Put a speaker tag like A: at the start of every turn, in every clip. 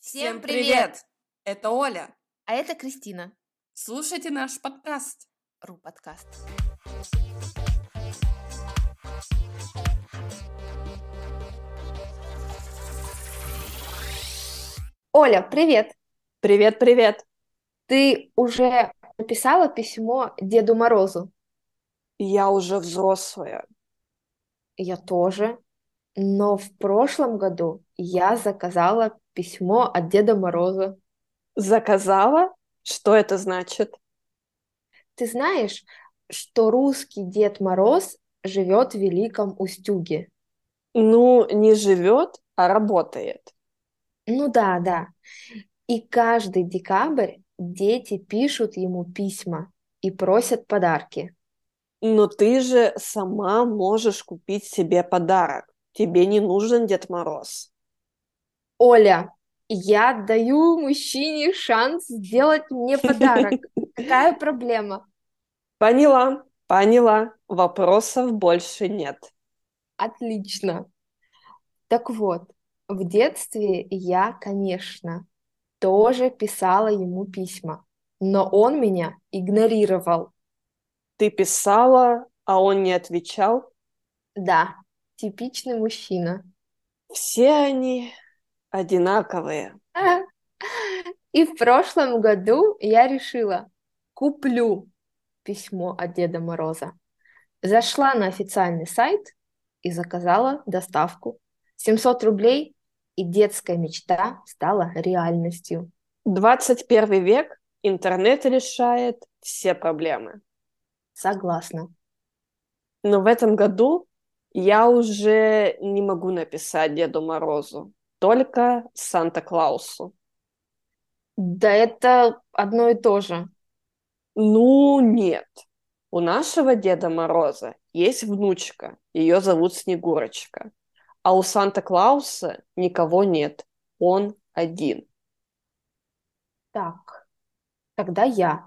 A: Всем привет! Это Оля.
B: А это Кристина,
A: Слушайте наш подкаст.
B: Ру подкаст.
C: Оля, привет!
D: Привет, привет.
C: Ты уже написала письмо Деду Морозу?
D: Я уже взрослая.
C: Я тоже. Но в прошлом году я заказала письмо от Деда Мороза.
D: Заказала? Что это значит?
C: Ты знаешь, что русский Дед Мороз живет в Великом Устюге?
D: Ну, не живет, а работает.
C: Ну да, да. И каждый декабрь дети пишут ему письма и просят подарки.
D: Но ты же сама можешь купить себе подарок. Тебе не нужен Дед Мороз.
C: Оля, я даю мужчине шанс сделать мне подарок. Какая проблема?
D: Поняла, поняла. Вопросов больше нет.
C: Отлично. Так вот, в детстве я, конечно, тоже писала ему письма, но он меня игнорировал.
D: Ты писала, а он не отвечал.
C: Да, типичный мужчина.
D: Все они одинаковые.
C: И в прошлом году я решила, куплю письмо от Деда Мороза. Зашла на официальный сайт и заказала доставку. 700 рублей, и детская мечта стала реальностью.
D: 21 век, интернет решает все проблемы.
C: Согласна.
D: Но в этом году я уже не могу написать Деду Морозу, только Санта-Клаусу.
C: Да это одно и то же.
D: Ну, нет. У нашего Деда Мороза есть внучка, ее зовут Снегурочка. А у Санта-Клауса никого нет, он один.
C: Так, тогда я.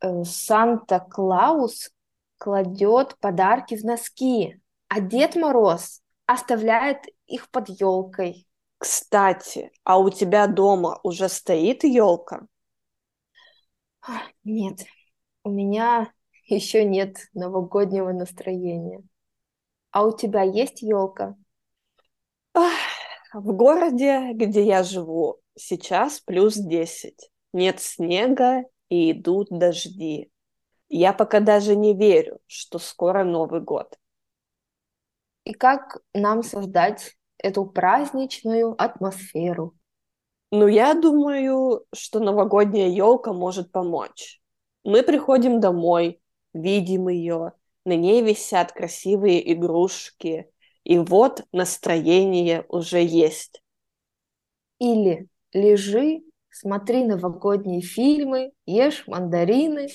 C: Э, Санта-Клаус кладет подарки в носки, а Дед Мороз оставляет их под елкой.
D: Кстати, а у тебя дома уже стоит елка?
C: Нет, у меня еще нет новогоднего настроения. А у тебя есть елка?
D: В городе, где я живу, сейчас плюс 10. Нет снега и идут дожди. Я пока даже не верю, что скоро Новый год.
C: И как нам создать эту праздничную атмосферу?
D: Но я думаю, что новогодняя елка может помочь. Мы приходим домой, видим ее, на ней висят красивые игрушки, и вот настроение уже есть.
C: Или лежи, смотри новогодние фильмы, ешь мандарины.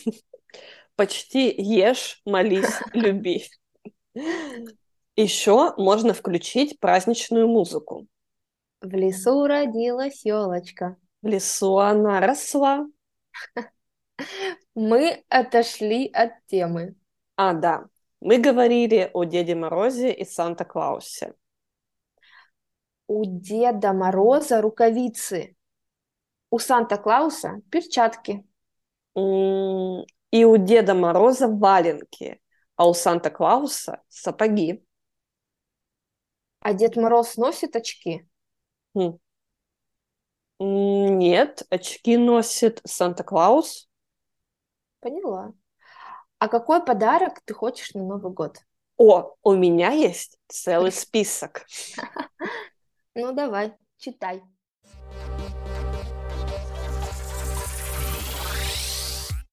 D: Почти ешь, молись, люби. Еще можно включить праздничную музыку.
C: В лесу родилась елочка.
D: В лесу она росла.
C: Мы отошли от темы.
D: А, да, мы говорили о Деде Морозе и Санта-Клаусе.
C: У Деда Мороза рукавицы, у Санта-Клауса перчатки.
D: М, И у Деда Мороза валенки, а у Санта-Клауса сапоги.
C: А Дед Мороз носит очки.
D: М, Нет, очки носит Санта-Клаус.
C: Поняла. А какой подарок ты хочешь на Новый год?
D: О, у меня есть целый список.
C: Ну давай, читай.